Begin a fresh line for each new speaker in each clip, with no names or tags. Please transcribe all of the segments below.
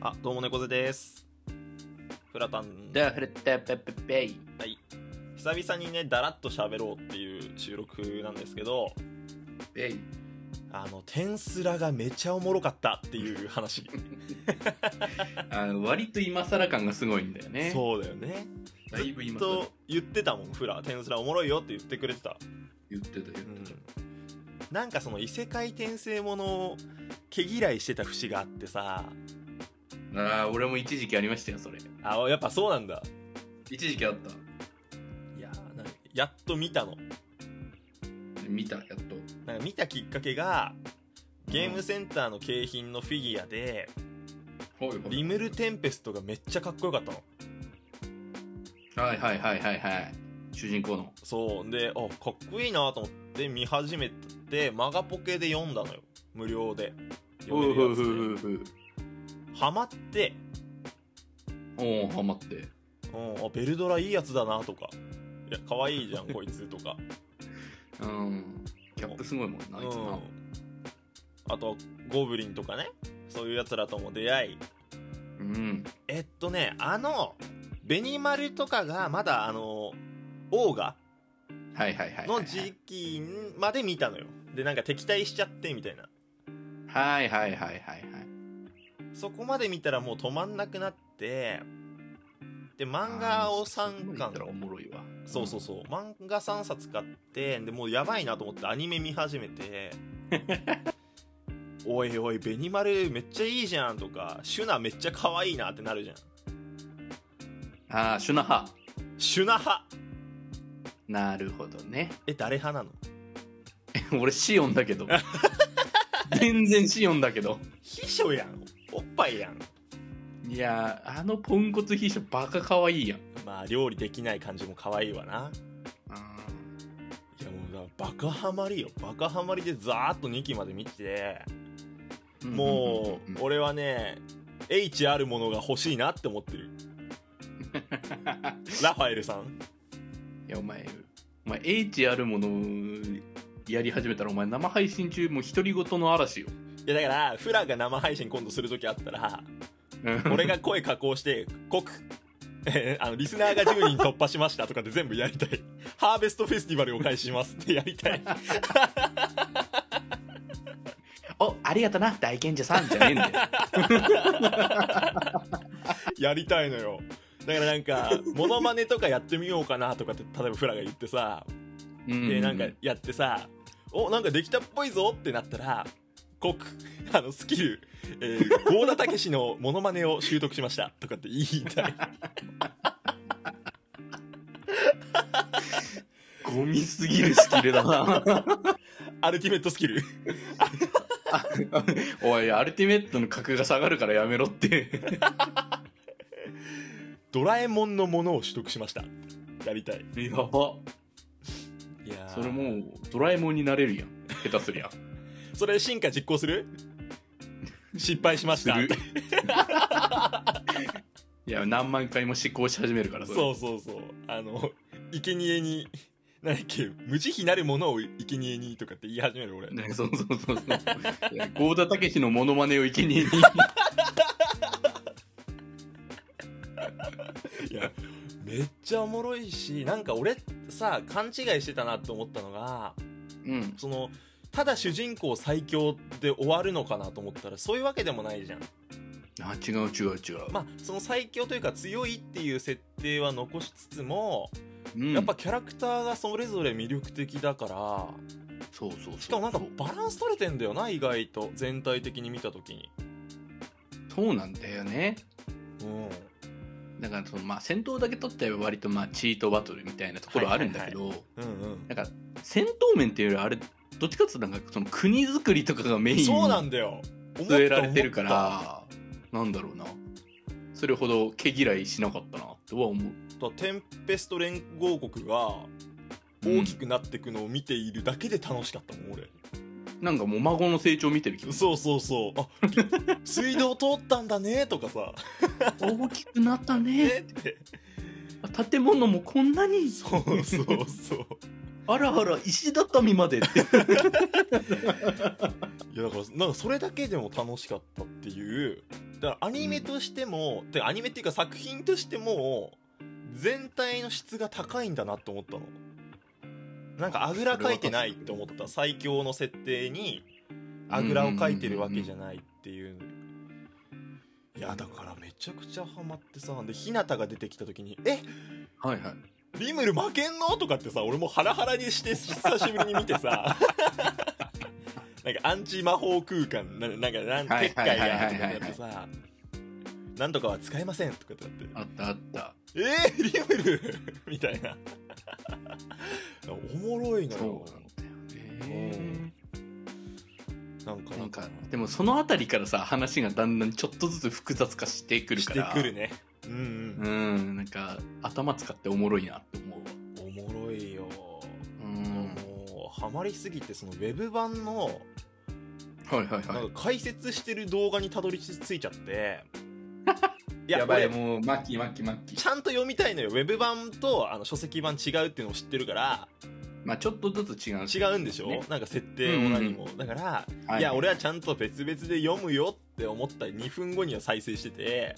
あ、どうも猫背です。フラタン。
ダフルタペペペイ。
はい。久々にね、だらっと喋ろうっていう収録なんですけど、
ペイ。
あの、テンスラがめちゃおもろかったっていう話。
あの割と今更感がすごいんだよね。
そうだよね。
だいぶ今更
と言ってたもん、フラ。テンスラおもろいよって言ってくれてた。
言ってたよ。
なんかその異世界転生ものを毛嫌いしてた節があってさ、
ああ、俺も一時期ありましたよ、それ。
あ、やっぱそうなんだ。
一時期あった。
いやーなんかやっと見たの。
見た、やっと。
なんか見たきっかけが、ゲームセンターの景品のフィギュアで、
ほいほい
リムル・テンペストがめっちゃかっこよかったの。
はいはいはいはいはい。主人公の。
そう。で、あ、かっこいいなと思って見始めて、マガポケで読んだのよ。無料で。読めるやつで。ハマって、
おお、ハマって。
うん、あ、ベルドラいいやつだなとか。いや、かわいいじ ゃん、こいつとか。
うん。キャップすごいもんな、あいつ
うん
な。
あと、ゴブリンとかね。そういうやつらとも出会い。
うん。
えっとね、あの、ベニマルとかがまだあの、オーガ
はいはいはい。
の時。期まで見たのよ。で、なんか敵対しちゃってみたいな。
はいはいはいはいはい。
そこまで見たらもう止まんなくなって、で、漫画を3
あーそこまで言っ
巻
た、らおもろいわ。
そうそうそう、漫画3冊買って、で、もうやばいなと思ってアニメ見始め て、おいおい、ベニマルめっちゃいいじゃんとか、シュナめっちゃ可愛いなってなるじゃん。
うん。ああ、シュナ派。
シュナ派
なるほどね。
え、誰派なの
俺シオンだけど全然シオンだけど
秘書やん。おっぱいやん。
いやーあのポンコツ秘書バカ可愛いやん
まあ、料理できない感じも可愛いわな。いやもうだからバカハマりよバカハマりでザーッと2期まで見てもう俺はね H あるものが欲しいなって思ってるラファエルさん
いやお前お前 H あるものやり始めたらお前生配信中もう独り言の嵐よ
いやだからフラが生配信今度する時あったら俺が声加工して「コク」えーあのリスナーが10人突破しましたとかで全部やりたいハーベストフェスティバルを開始しますってやりたい
おありがとな大賢者さんじゃねえんだよ
やりたいのよだからなんかモノマネとかやってみようかなとかって例えばフラが言ってさでなんかやってさ「おなんかできたっぽいぞ」ってなったら国 あのスキル「えー、郷田武史のモノマネを習得しました」とかって言いた い
ゴミすぎるスキルだ な
アルティメットスキル
おいアルティメットの格が下がるからやめろって
ドラえもんのものを取得しましたやりたいい
やば
やー
それもうドラえもんになれるやん下手すりゃ
それ進化実行する失敗しました
する いや何万回も試行し始めるか ら
そうそうそうあの生贄に何だっけ無慈悲なるものを生贄にとかって言い始める俺
うねそうそうそうそういや郷田武史のモノマネを生 贄
い
に
やめっちゃおもろいしなんか俺さ勘違いしてたなと思ったのが
うん
そのただ主人公最強で終わるのかなと思ったらそういうわけでもないじゃん
あ違う違う違う、
まあその最強というか強いっていう設定は残しつつも、
うん
やっぱキャラクターがそれぞれ魅力的だから
そうそうそう
しかもなんか
そう
バランス取れてんだよな意外と全体的に見た時に
そうなんだよね
うん
だからそのまあ戦闘だけ取って割とまあチートバトルみたいなところはあるんだけど、
うんうん
なんか戦闘面っていうよりあれどっちかっていうとなんかその国づくりとかがメインに
そうなんだよ
据えられてるからなんだろうなそれほど毛嫌いしなかったなとは思う
だからテンペスト連合国が大きくなっていくのを見ているだけで楽しかったもん俺、
なんかもう孫の成長見てる気分
そうそうそうあ水道通ったんだねとかさ
大きくなった
え
ね
って
建物もこんなに
そうそうそう
あらあら石畳までって
いやだからなんかそれだけでも楽しかったっていうだからアニメとしても、てかアニメっていうか作品としても全体の質が高いんだなと思ったのなんかあぐらかいてないって思った最強の設定にあぐらをかいてるわけじゃないっていういやだからめちゃくちゃハマってさで日向が出てきた時に「え
はいはい
リムル負けんの?」とかってさ俺もハラハラにして久しぶりに見てさなんかアンチ魔法空間ななんかなん
はい
撤回
はい
が
は
と
い
か
はい
やってさ「なんとかは使えません」とかってなって
あったあった
「えー、リムル! 」みたいなおもろいのよ
なんだよね
なんか
な
なん
ん
か
かでもそのあたりからさ話がだんだんちょっとずつ複雑化してくる
し
か
て
ら
くるねうんうん
うんなんか頭使っておもろいなって思うわ
おもろいよ、
うん
もうハマりすぎてそのウェブ版の
はいはい
な
はい
んか解説してる動画にたどり着いちゃ って、い
や
や
ばい
俺
もうマッキーマッキーマッキ
ち
ー
ゃんと読みたいのよウェブ版とあの書籍版違うっていうのを知ってるから
まあちょっとずつ違う
違うんでしょ、
ね
なんか設定も何も、だから、、
はい
や俺はちゃんと別々で読むよって思った2分後には再生してて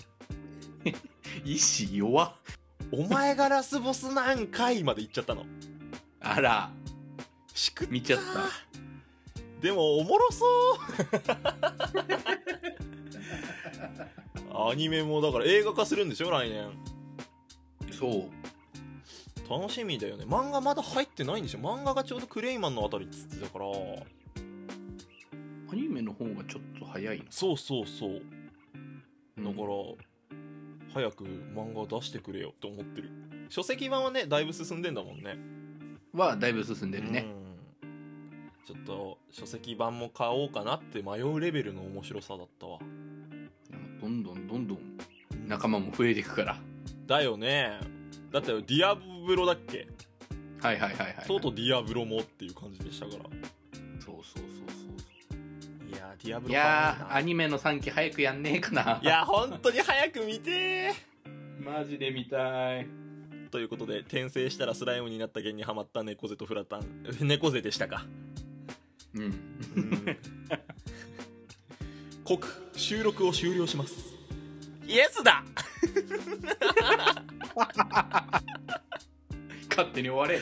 意志弱っ
「お前がラスボスなんかい!」まで行っちゃったの
あら
しくった
見ちゃっ
でもおもろ そうアニメもだから映画化するんでしょ来年
そう
楽しみだよね漫画まだ入ってないんでしょ漫画がちょうどクレイマンのあたりっつってたから
アニメの方がちょっと早いな
そうそうそうだから、
うん
早く漫画出してくれよと思ってる書籍版はねだいぶ進んでんだもんね
はだいぶ進んでるね、
うんちょっと書籍版も買おうかなって迷うレベルの面白さだったわ
どんどんどんどん仲間も増えていくから
だよねだってディアブロだっけ
はいはいはいはい
とうとうディアブロもっていう感じでしたから
そうそうそうそう
いやーディアブ
い
ロ
や
か
ーアニメの3期早くやんねえかない
やー本当に早く見てー
マジで見たい
ということで転生したらスライムになった件にハマった猫背とフラタン 猫背でしたか
うん
告収録を終了しますイエスだ
勝手に終われ